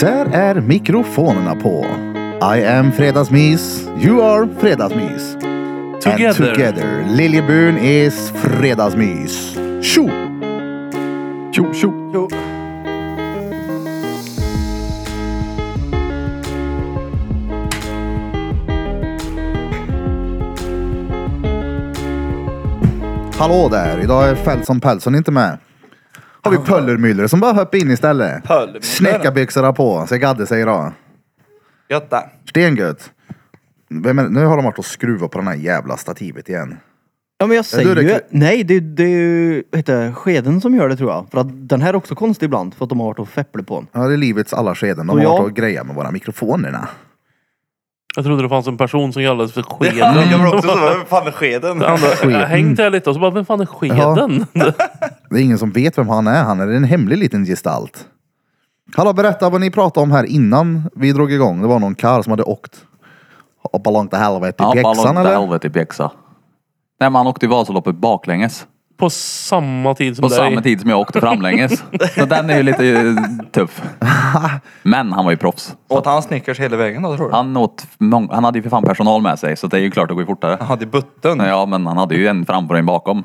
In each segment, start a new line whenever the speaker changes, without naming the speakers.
Där är mikrofonerna på. I am Fredagsmys. You are Fredagsmys.
Together.
And together. Liljeburn is Fredagsmys. Tjo! Tjo, tjo.
Jo.
Hallå där. Idag är Fältson Pälsson inte med. Har vi Pöllermyller som bara hoppar in istället.
Pöllermyller.
Snäckabyxorna på, säger Gadde säger idag.
Götta.
Stengött. Vem är, det? nu har de varit och skruvat på den här jävla stativet igen.
Ja men jag säger
du, det
ju,
är-
nej det, det är ju vad heter det, skeden som gör det tror jag. För att den här är också konstig ibland för att de har varit och fepplat på den.
Ja, det är livets alla skeden. De
Och
har
jag-
varit och grejat med våra mikrofonerna.
Jag trodde det fanns en person som kallades för
Jag
skeden.
gjorde också så. Vem fan är skeden?
Han har hängt här lite och så bara, vem fan är skeden?
Det är ingen som vet vem han är. Han är en hemlig liten gestalt. Hallå, berätta vad ni pratade om här innan vi drog igång. Det var någon karl som hade åkt. Hoppa långt till helvete i pjäxan
eller?
eller?
helvete i pjäxa. Nej men han åkte ju Vasaloppet baklänges.
På samma tid som
På
dig.
samma tid som jag åkte framlänges. Så den är ju lite eh, tuff. Men han var ju proffs.
Åt han Snickers hela vägen då tror du?
Han, åt mång- han hade ju för fan personal med sig så det är ju klart det går ju fortare.
Han hade butten.
Ja men han hade ju en framför och en bakom.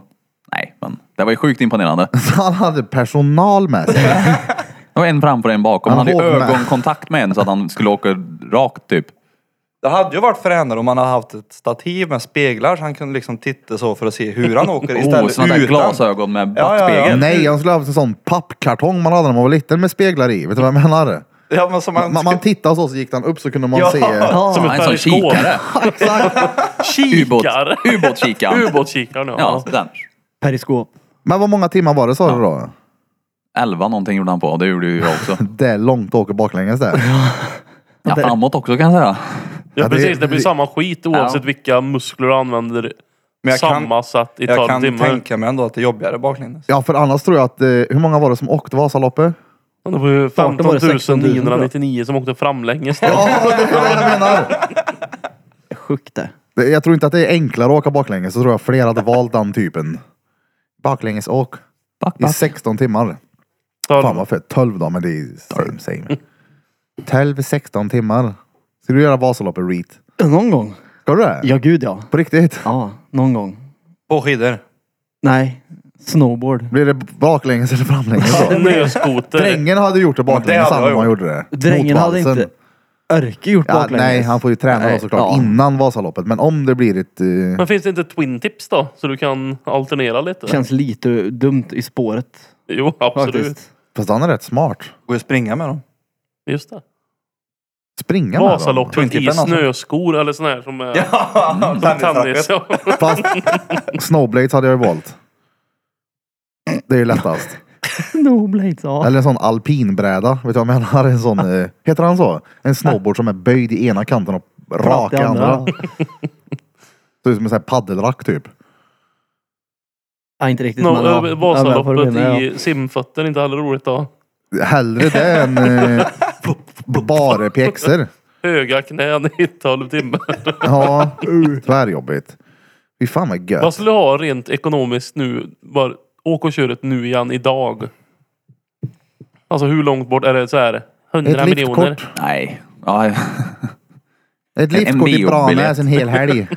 Nej men det var ju sjukt imponerande.
Han hade personal med sig.
Det var en framför och en bakom.
Han
Han hade ju
håller med.
ögonkontakt med en så att han skulle åka rakt typ.
Det hade ju varit förändrad om man hade haft ett stativ med speglar så han kunde liksom titta så för att se hur han åker
Oh,
istället
sådana där
utan.
glasögon med
Ja, ja, ja.
backspegel.
Nej, han skulle ha haft en sån pappkartong man hade när man var liten med speglar i. Vet du vad jag menar?
Ja, men som man,
Man, man tittade så, så gick han upp så kunde man
Ja.
se.
Som
Ja,
ett
en sån
periskop.
kikare. Ubåt-
Kikar.
Ubåtskikaren.
Ubåtskikaren
Ja,
ja.
så den.
Periskop.
Men vad många timmar var det sa du då?
11 någonting gjorde han på. Det gjorde ju jag också.
Det är långt att åka baklänges där.
Ja, framåt också kan jag säga.
Ja,
ja.
det-
Precis, det blir samma skit oavsett vilka muskler du använder.
Men jag kan-
samma sätt i
jag
12
kan
timmar.
tänka mig ändå att det är jobbigare baklänges.
Ja, för annars tror jag att... Eh, hur många var det som åkte Vasaloppet?
Det var ju
Fan, det
15
var det 16
999 som åkte framlänges.
Ja, det är vad jag menar.
Sjukt det.
Det- Jag tror inte att det är enklare att åka baklänges. Så tror jag fler hade valt den typen. Baklänges åk
Back,
i
back.
16 timmar. Fan vad fett. 12 då, men det är same same. 12, 16 timmar. Ska du göra Vasaloppet reet?
Någon gång.
Ska du det?
Ja gud ja.
På riktigt?
Ja, någon gång.
På skidor.
Nej. Snowboard.
Blir det baklänges eller framlänges då?
Snöskoter.
Drängen hade gjort det baklänges
Det hade
han
jag
om han gjorde det.
Drängen hade
Motvalsen.
inte Örke gjort
Ja,
baklänges.
nej, han får ju träna då
Nej,
såklart
ja.
innan Vasaloppet. Men om det blir ett... eh,
Men finns det inte twin tips då? Så du kan alternera lite?
Känns lite dumt i spåret.
Jo, absolut.
Faktiskt.
Fast han är rätt smart.
Går ju att springa med dem.
Just det.
Springa med dem.
Vasaloppet i
Twin-tippen alltså.
snöskor eller sån här som är...
Ja,
Tennis,
tennisracket.
ja.
Fast Snowblades hade jag ju valt. Det är ju lättast.
Snowblades, ja.
Eller en sån alpinbräda. Vet du vad jag menar? En sån, eh, heter han så? En snowboard som är böjd i ena kanten och rak i
Det andra.
andra. Ser ut som en sån här paddelrack typ.
Ja, inte riktigt.
No,
men,
eh,
ja. Ja, men jag får
Vasaloppet
mena, ja.
i simfötter, inte heller roligt då.
Hellre det än eh, bara pjäxor.
Höga knän i 12 timmar.
Ja, tvärjobbigt. Fy fan vad
Vad
gött.
skulle du ha rent ekonomiskt nu? Bara, åk och kör ett nu igen idag. Alltså hur långt bort är det så här? 100
Ett
miljoner?
liftkort.
Nej. Ja,
Ett
En
liftkort i
biobiljett.
Branäs en hel helg.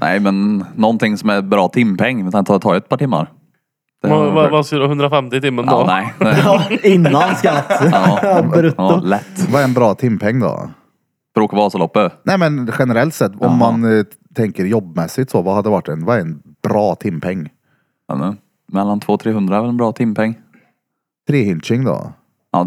nej men någonting som är bra timpeng. Men det tar tar ju ett par timmar. Det
Vad vad-
ja,
vad skulle du ha? 150 i timmen då?
nej. Det,
Ja, innan skatt.
ja, ja,
Brutto.
lätt.
Vad är en bra timpeng då?
För att åka Vasaloppet.
Nej men generellt sett om
Jaha.
man eh, tänker jobbmässigt så, vad hade varit en, vad är en bra timpeng?
Ja, men Mellan 200-300 är väl en bra timpeng.
Trehyrtjing då?
Ja,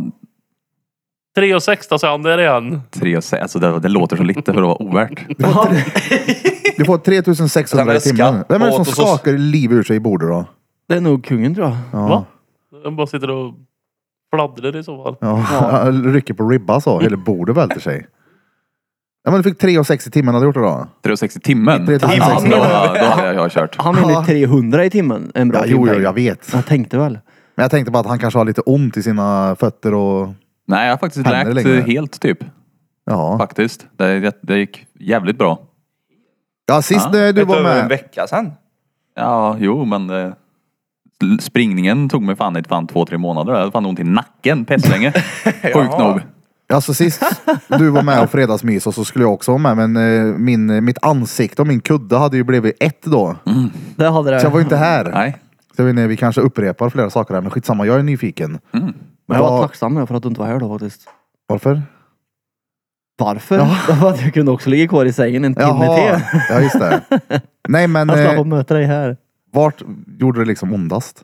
3 och 6 då säger han, där igen.
3 och sex. Alltså det, det låter så lite för att vara ovärt.
Du får
Sen är
3600 i
det
timmen.
skatt
Vem är det som
åt och så-
skakar liv ur sig i bordet då?
Det är nog kungen tror jag.
Ja.
Va? Han bara sitter och fladdrar i så fall.
Ja. Rycker på ribban så, hela bordet välter sig. Ja men du fick 3,6 i timmen, hade du gjort det då?
3,6 i timmen.
Tre och sex i
Ja,
timmen.
då, då hade jag, jag kört.
Han
Ja.
menar 300 i timmen. En bra
Ja, jo, jo,
timpeng.
jag vet.
Jag tänkte väl.
Men jag tänkte bara att han kanske har lite ont i sina fötter och...
Nej jag har faktiskt
Händer
läkt
längre.
eh, helt typ.
Ja.
Faktiskt. Det, det, det gick jävligt bra.
Ja, sist
Ja.
när du var
Utöver en
med.
vecka sen.
Ja, jo men det l- eh, springningen tog mig fan i fan två, tre månader. Jag hade fan ont i nacken pestlänge. Sjukt
Jaha.
nog.
Alltså sist du var med och fredagsmys och så skulle jag också vara med men eh, min, eh, mitt ansikte och min kudde hade ju blivit ett då.
Det hade det.
Så jag var ju inte här.
Nej.
Så jag vet inte, vi kanske upprepar flera saker här men skitsamma, jag är nyfiken.
Mm.
Men jag var
Vad-
tacksam för att du inte var här då faktiskt.
Varför?
Varför? För att jag kunde också ligga kvar i sängen en timme till.
ja just det. Nej men
Jag slapp
eh,
att möta dig här.
vart gjorde det liksom ondast?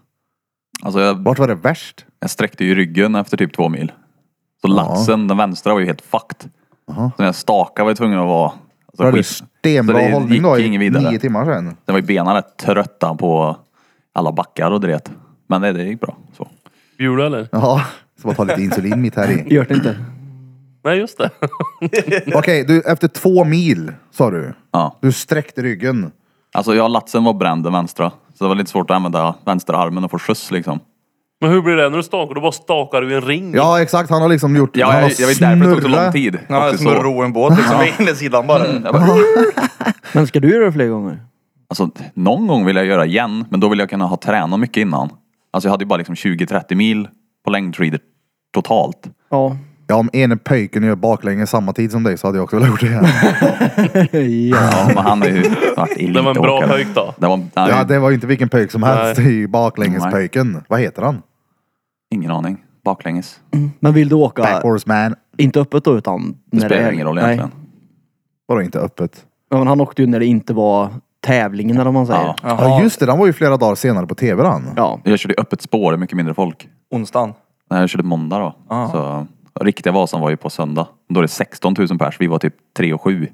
Alltså jag,
Vart var det värst?
jag sträckte ju ryggen efter typ två mil. Så latsen, den vänstra var ju helt fucked.
Jaha.
Så när jag stakade var jag tvungen att vara... Alltså,
Var det
skit- Så
stenbra
det
hållning
gick
då i
ingen vidare.
nio timmar sedan?
Sen var ju benen rätt trötta på alla backar och det. Men det, det gick bra. Så.
Bjuder eller?
Ja, så bara ta lite insulin mitt här i.
Gör det inte.
Nej, just det.
Okej, du efter två mil sa du.
Ja.
Du sträckte ryggen.
Alltså jag latsen var bränd den vänstra. Så det var lite svårt att använda vänstra armen och få skjuts liksom.
Men hur blir det när du stakar? Då bara stakar du i en ring.
Ja exakt, han har liksom gjort...
Ja,
han
jag,
har
jag vet därför det tog så lång
snurrat.
tid.
Ja, det är
Också
som att
så.
ro en båt liksom vid insidan bara.
Jag bara,
Men ska du göra det fler gånger?
alltså, någon gång vill jag göra igen, men då vill jag kunna ha tränat mycket innan. Alltså jag hade ju bara liksom 20-30 mil på längdskidor totalt.
Ja.
Ja, om ene pöjken gör baklänges samma tid som dig så hade jag också velat gjort det. Här.
ja.
Ja, men han är ju snart elitåkare.
Det var en bra pojk då.
Det var, nej,
ja, det var ju inte vilken pöjk som helst. Det är ju baklängespöjken. Vad heter han?
Ingen aning. Baklänges.
Men vill du åka,
Backhorseman.
inte öppet då utan?
Det spelar ingen roll egentligen.
Vadå inte öppet?
Nej. Men han åkte ju när det inte var tävlingen eller vad man säger.
Ja.
Ja just det, den var ju flera dagar senare på tv han.
Ja.
Jag körde ju öppet spår, det är mycket mindre folk.
Onsdagen.
Nej, jag körde måndag då. Så, riktiga Vasan var ju på söndag. Då är det 16 000 pers. Vi var typ 3 och 7. Så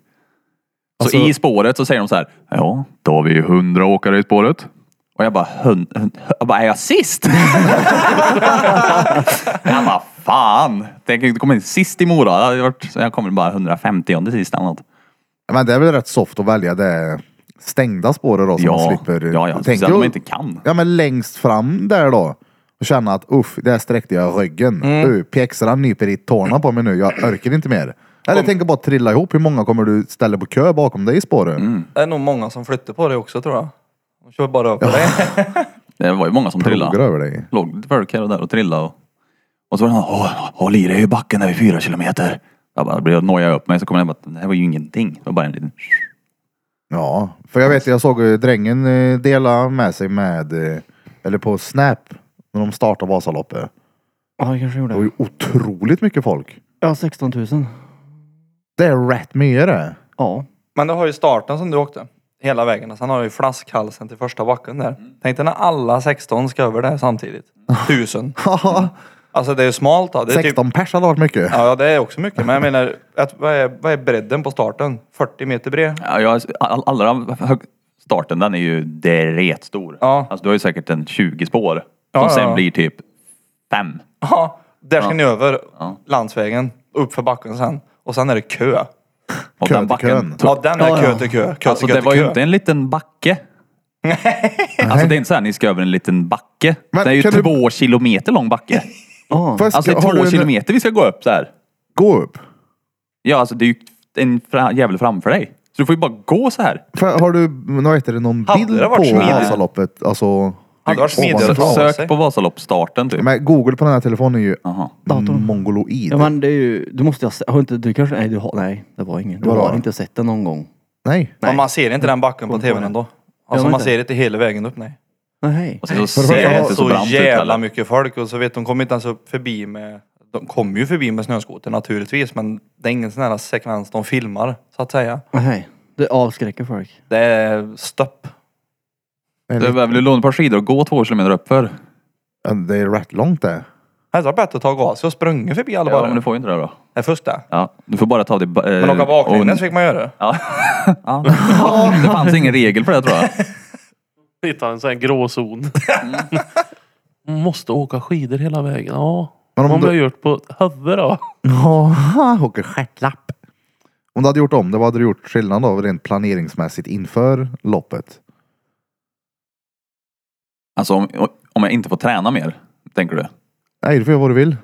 Alltså-
i spåret så säger de så här. Ja, då har vi ju 100 åkare i spåret. Och jag bara, hund, hund, jag bara är jag sist? jag bara, fan. Tänk att komma in sist i Mora. Det hade varit- så Jag kommer bara 150 sist eller något.
Men det är väl rätt soft att välja det stängda spåret då som
Ja,
man slipper...
ja, ja.
Tänk
Speciellt om
att-
man inte kan.
Ja men längst fram där då. Och känna att uff, där sträckte jag ryggen. Mm. Pjäxorna nyper i tårna på mig nu. Jag orkar inte mer. Eller tänk att bara trilla ihop. Hur många kommer du ställa på kö bakom dig i spåret?
Mm,
Det är nog många som flyttar på det också tror jag. De kör bara över det.
Det var ju många som
Plogar
trillade.
över dig.
Låg lite folk här och där och trillade. Och, och så var det någon, "Åh, håll i dig i backen där vid fyra kilometer. Jag bara, blev nojade upp mig så kom jag bara, det här var ju ingenting. Det var bara en liten...
Ja, för jag vet, jag såg eh, drängen eh, dela med sig med, eh, eller på Snap, när de startade Vasaloppet.
Ja, det kanske
Det var
gjorde.
ju otroligt mycket folk.
Ja, 16 000.
Det är rätt mycket det.
Ja.
Men du har ju starten som du åkte. Hela vägen. Och Sen har du ju flaskhalsen till första backen där.
Mm.
Tänk dig när alla 16 ska över där samtidigt. Tusen. Alltså det är ju smalt då. Det är typ
16 pers hade varit mycket.
Ja, ja, det är också mycket. Men jag menar, att, vad, är, vad är bredden på starten? 40 meter bred?
Ja, jag, all, allra hög, starten den är ju dretstor.
Ja.
Alltså du har ju säkert en 20 spår. Som
ja,
sen
ja.
blir typ fem.
Ja, där ska ni över landsvägen, upp för backen sen. Och sen är det kö.
Och
Kö
den
till
backen.
kön.
tog-
Ja, den är
Ja, ja.
kö till kö. kö
Alltså
till kö
det
till
var ju
kö.
inte en liten backe. alltså det är inte så här ni ska över en liten backe.
Men
det är ju
kan du-
två kilometer lång backe.
ja.
Fast,
Alltså det är
har
två
du en-
kilometer vi ska gå upp så här.
Gå upp.
Ja, alltså det är ju en fra, jävel framför dig. Så du får ju bara gå så här.
För, har du vad heter det, någon
Hade
bild
det varit
på
smidigare?
Vasaloppet? Alltså,
Hade det varit smidigare
Så
att ta
ovanifrån.
av
sök
sig?
på Vasaloppsstarten typ.
Men Google på den här telefonen är ju
Jaha.
Datorn.
mongoloid.
Ja men det är ju, du måste ju ha se- har inte, du kanske, nej du har, nej det var ingen. Du
Vadå?
har inte sett den någon gång.
Nej.
Men man ser inte den backen på tvn ändå. Alltså
men
man
inte.
ser inte hela vägen upp, nej.
Nej.
Och sen så
För det första
ser det
var
inte
Det
så
så
brant ut
jävla
heller.
mycket folk och så vet de kommer inte ens upp förbi med... De kommer ju förbi med snöskoter naturligtvis men det är ingen sån här sekvens de filmar så att säga.
Nej. Det avskräcker folk.
Det är stöpp.
Du
Eller,
behöver låna ett par skidor och gå två kilometer uppför.
det är rätt långt det.
Det hade varit bättre att ta gas och sprungit förbi alla
Ja,
bara.
men du får ju inte det då.
Det är fusk det.
Ja, du får bara ta det... ba- eh,
Men åka baklänges
och-
fick man göra det.
Ja. ja. Det fanns ingen regel för det tror jag.
Hitta en sån här gråzon. Mm. Måste åka skidor hela vägen. Ja.
Men
Men
om
om man
du-
har gjort på Hövve då?
Jaha, åker stjärtlapp. Om du hade gjort om det, vad hade du gjort skillnad då rent planeringsmässigt inför loppet?
Alltså om, om jag inte får träna mer, tänker du?
Nej, du får göra vad du vill.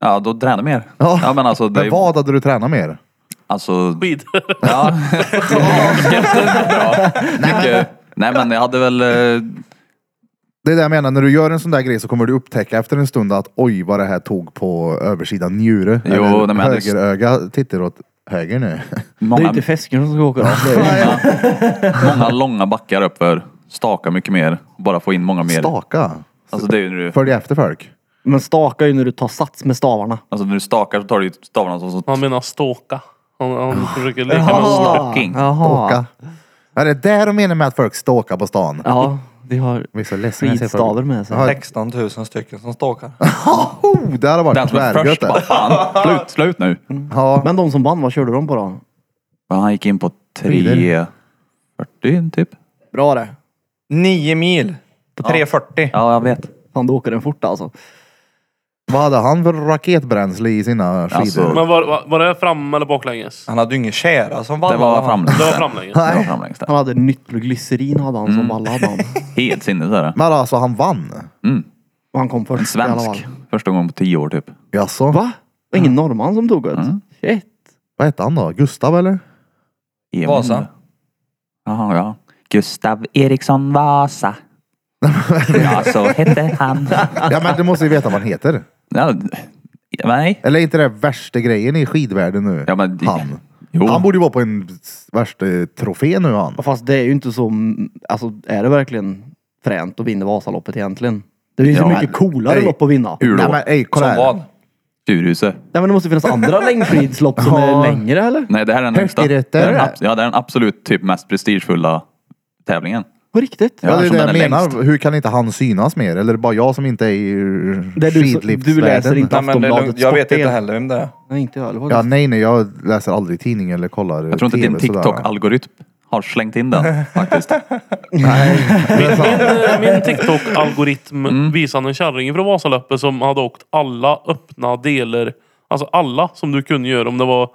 Ja, då träna mer.
Ja.
Ja, men alltså... Det,
Men vad hade du tränat mer?
Alltså...
Skidor.
Ja. ja. Nej, men jag hade väl... eh,
Det är det jag menar, när du gör en sån där grej så kommer du upptäcka efter en stund att oj vad det här tog på översidan njure.
Jo,
Eller
nej, men det-
högeröga tittar åt höger nu.
Det är ju
Många,
inte fisken som ska åka. Det är-
många, många långa backar uppför. Staka mycket mer. Bara få in många mer.
Staka.
Alltså det är ju när du,
Följ efter folk.
Men staka är ju när du tar sats med stavarna.
alltså när du stakar så tar du ju stavarna som... som
Han menar ståka. Han,
Ah.
han försöker leka med
Jaha.
ståk.
stalking.
Jaha.
Ståka. Är det där de menar med att folk ståkar på stan?
Ja, de har
Vi är så ledsna när jag ser folk-
skidstavar med sig.
Ja.
16 000 stycken som stalkar.
Oh, det hade
Den
varit
som är
tvärgött
först bara,
det.
fan, slut, slut nu.
Ja.
Men de som vann, vad körde de på då?
Ja, Han gick in på
Skidor.
3.40 typ.
Bra det.
9 mil på 3.40.
Ja, jag vet.
Fan, då åker den fort alltså.
Vad hade han för raketbränsle i sina skidor?
Alltså,
Men var, var, var det fram eller baklänges?
Han hade ju ingen kära som vallade.
Det var framlängs.
Det var framlänges.
Det var
Nej.
framlängs där.
Han hade nitroglycerin hade han som alla hade han.
Helt sinnes är det.
Men alltså han vann?
Och han kom först.
En
i alla
svensk.
fall.
Första gången på 10 år typ.
Jaså?
Va? Det var ingen norrman som tog det? Shit.
Vad hette han då? Gustav eller?
Emil.
Vasa.
Jaha, ja. Gustav Eriksson Vasa. ja, så hette han.
Ja men du måste ju veta vad han heter.
Ja, nej.
Eller är inte det värsta grejen i skidvärlden nu?
Ja, men-
han.
Jo.
Han borde ju vara på en s- värsta trofé nu han.
Fast det är ju inte så... Alltså är det verkligen fränt att vinna Vasaloppet egentligen? Det är ju så
Ja,
mycket coolare
nej.
lopp att vinna.
Hur
Nej
då?
men ej, kolla
Som
här.
vad?
Sturhuset.
Nej men det måste finnas andra längdskidslopp som
Ja.
är längre eller?
Nej, det här är den
Högt i
högsta. Det
rötter,
är den,
är det?
abs- ja, det är den absolut typ mest prestigefulla tävlingen.
På riktigt?
Ja, det är
eftersom
det jag
den är
menar.
längst.
Hur kan inte han synas mer? Eller är det bara jag som inte är i
Det är du som-
skidliftsvärlden?
du läser inte.
Nej, men det är lugnt.
Aftonbladet
Jag vet
Sportdel.
inte heller vem det är.
Nej inte jag. Det var
Ja,
ganska-
nej, nej. Jag läser aldrig tidning eller kollar
Jag tror inte din
TV sådär.
TikTok-algoritm har slängt in den faktiskt.
Eh, Min TikTok-algoritm
Mm.
visade en kärring från Vasaloppet som hade åkt alla öppna delar. Alltså alla som du kunde göra. Om det var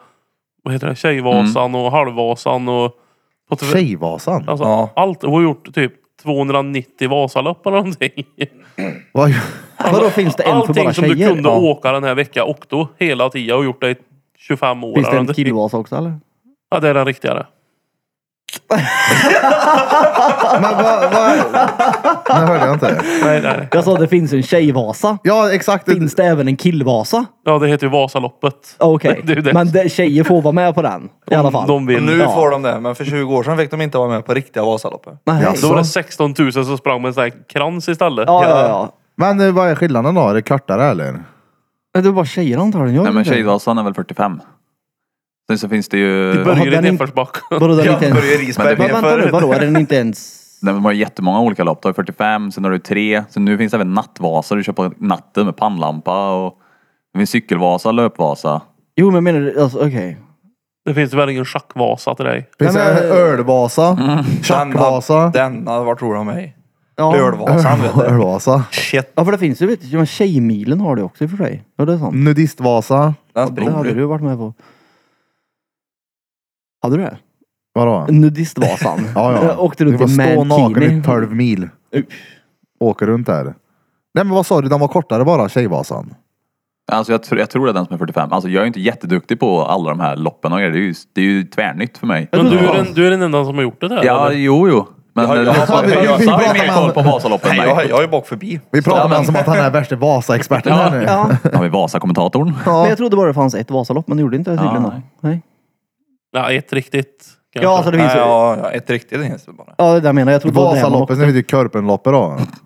vad heter det, Tjejvasan
Mm.
och Halvvasan och... på tv-
Tjejvasan?
Alltså,
Ja.
Allt. Hon har gjort typ 290 Vasalopp eller någonting.
Vad-
Vadå finns det en för
Allting
bara
som du
tjejer?
kunde
Ja.
åka den här veckan åkte du hela tiden och gjort det i 25 år.
Finns det
eller
en
någonting.
killvasa också eller?
Ja, det är den riktigare.
Det hörde jag inte.
Nej, nej.
Jag sa det finns en tjejvasa.
Ja, exakt.
Finns det även en killvasa?
Ja, det heter ju Vasaloppet.
Okej.
Det är ju det.
Men det, tjejer får vara med på den. I alla fall.
De vill.
Nu
Ja.
får de det, men för 20 år sedan fick de inte vara med på riktiga Vasaloppet.
Nej.
Ja,
Ja,
så-
Då var det 16 000 som sprang med en sån här krans istället.
ja, ja,
Men eh, vad är skillnaden då? Är det kortare eller?
ja. Det var bara tjejer antagligen. Jag
Nej men
vet inte.
Tjejvasan är väl 45. Sen så finns det ju...
Det börjar
Jaha,
i
den är-
nedförsbacken.
Vadå, den är
Jag
inte ens...
började i Risberg
Men vänta nu,
nedför.
vadå? Är den inte ens...
Det var jättemånga olika lopp. Du har 45, sen har du 3. Sen nu finns det även nattvasor. Du kör på natten med pannlampa och... Det finns cykelvasa, löpvasa.
Jo men jag menar du, alltså okej.
Det finns tyvärr ingen schackvasa till dig.
Finns
Nej, men- Mm,
det Ölvasa? Tjackvasa?
Denna, vad tror de mig?
Ja.
Ölvasan vet du.
Ölvasa?
Shit.
ja för det finns ju vet du, men tjejmilen har det också i och för sig. Ja det är
Mm.
sant.
Nudistvasa?
Den
Det
springer
hade
du.
du varit med på. Hade du det?
Vadå?
Nudistvasan.
Ja, ja.
Jag åkte
Du
runt
får
i
stå naken
mankini.
i 12 mil.
Usch.
Åker runt där. Nej men vad sa du? Den var kortare bara, Tjejvasan?
Alltså jag, tror- jag tror det är den som är 45. Alltså jag är inte jätteduktig på alla de här loppen och grejer. Det är ju, det är ju tvärnytt för mig.
Men du är, den, du är den enda som har gjort det där?
Ja,
eller?
jo, jo. Men eh,
Ja, ja,
jag
ja,
har
vi- vi
pratar
ju mer
med-
koll på Vasaloppet än
Nej, jag,
mig.
jag är bak förbi.
Vi
Ja,
pratar om
men-
han som att han är värsta Vasa-experten här nu.
Ja.
Har vi Vasa-kommentatorn?
Ja.
Men jag trodde bara det fanns ett Vasalopp men det gjorde inte det tydligen
Ja,
då. Nej.
Nej, ett riktigt. Kanske.
Ja alltså det finns
Nej,
ju. Ja
ja, ja, ett riktigt finns det bara.
det där menar jag. Jag trodde det var det man
Vasaloppet, sen finns det ju Körpenloppet då.
åkte.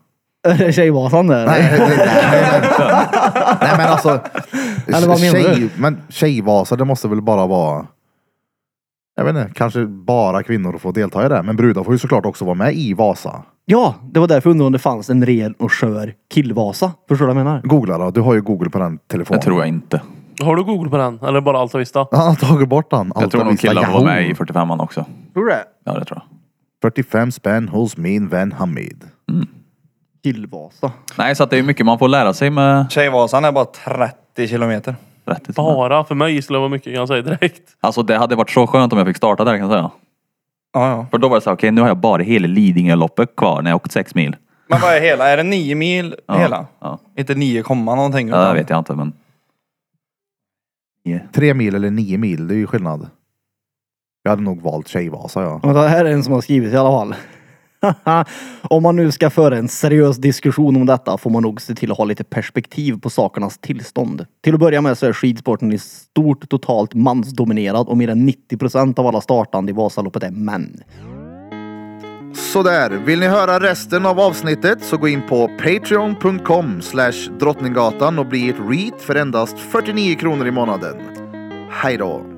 Tjejvasan där.
Nej, nej, nej, nej, nej. nej men alltså.
Eller vad menar
tjej,
du?
men Tjejvasa, det måste väl bara vara. Jag vet inte, kanske bara kvinnor får delta i det. Men brudar får ju såklart också vara med i Vasa.
Ja, det var därför jag undrade om det fanns en ren och skör killvasa. Förstår du vad jag menar?
Googla då, du har ju Google på den telefonen.
Det tror jag inte.
Har du Google på den? Eller bara Alta Vista?
Han har tagit bort den.
Jag tror nog killar får vara med i 45an också.
Tror du det?
Ja, det tror jag.
45 spänn hos min vän Hamid.
Killvasa.
Nej, så att det är mycket man får lära sig med
Tjejvasan är bara 30 kilometer.
rättet.
Bara för mig skulle det vara mycket kan jag säga direkt.
Alltså det hade varit så skönt om jag fick starta där kan jag säga.
Ja, ja.
För då var det så här, okej nu har jag bara hela Lidingöloppet kvar när jag åkt sex mil.
Men vad är hela? Är det 9 mil hela?
Ja,
Inte 9, komma någonting?
ja det
utan-
vet jag inte men. Ja.
Tre mil eller nio mil, det är ju skillnad. Jag hade nog valt Tjejvasa ja.
Men det här är en som har skrivit i alla fall. om man nu ska föra en seriös diskussion om detta får man nog se till att ha lite perspektiv på sakernas tillstånd. Till att börja med så är skidsporten i stort totalt mansdominerad och mer än 90 procent av alla startande i Vasaloppet är män.
Sådär, vill ni höra resten av avsnittet så gå in på patreon.com drottninggatan och bli ett read för endast 49 kronor i månaden. Hej då!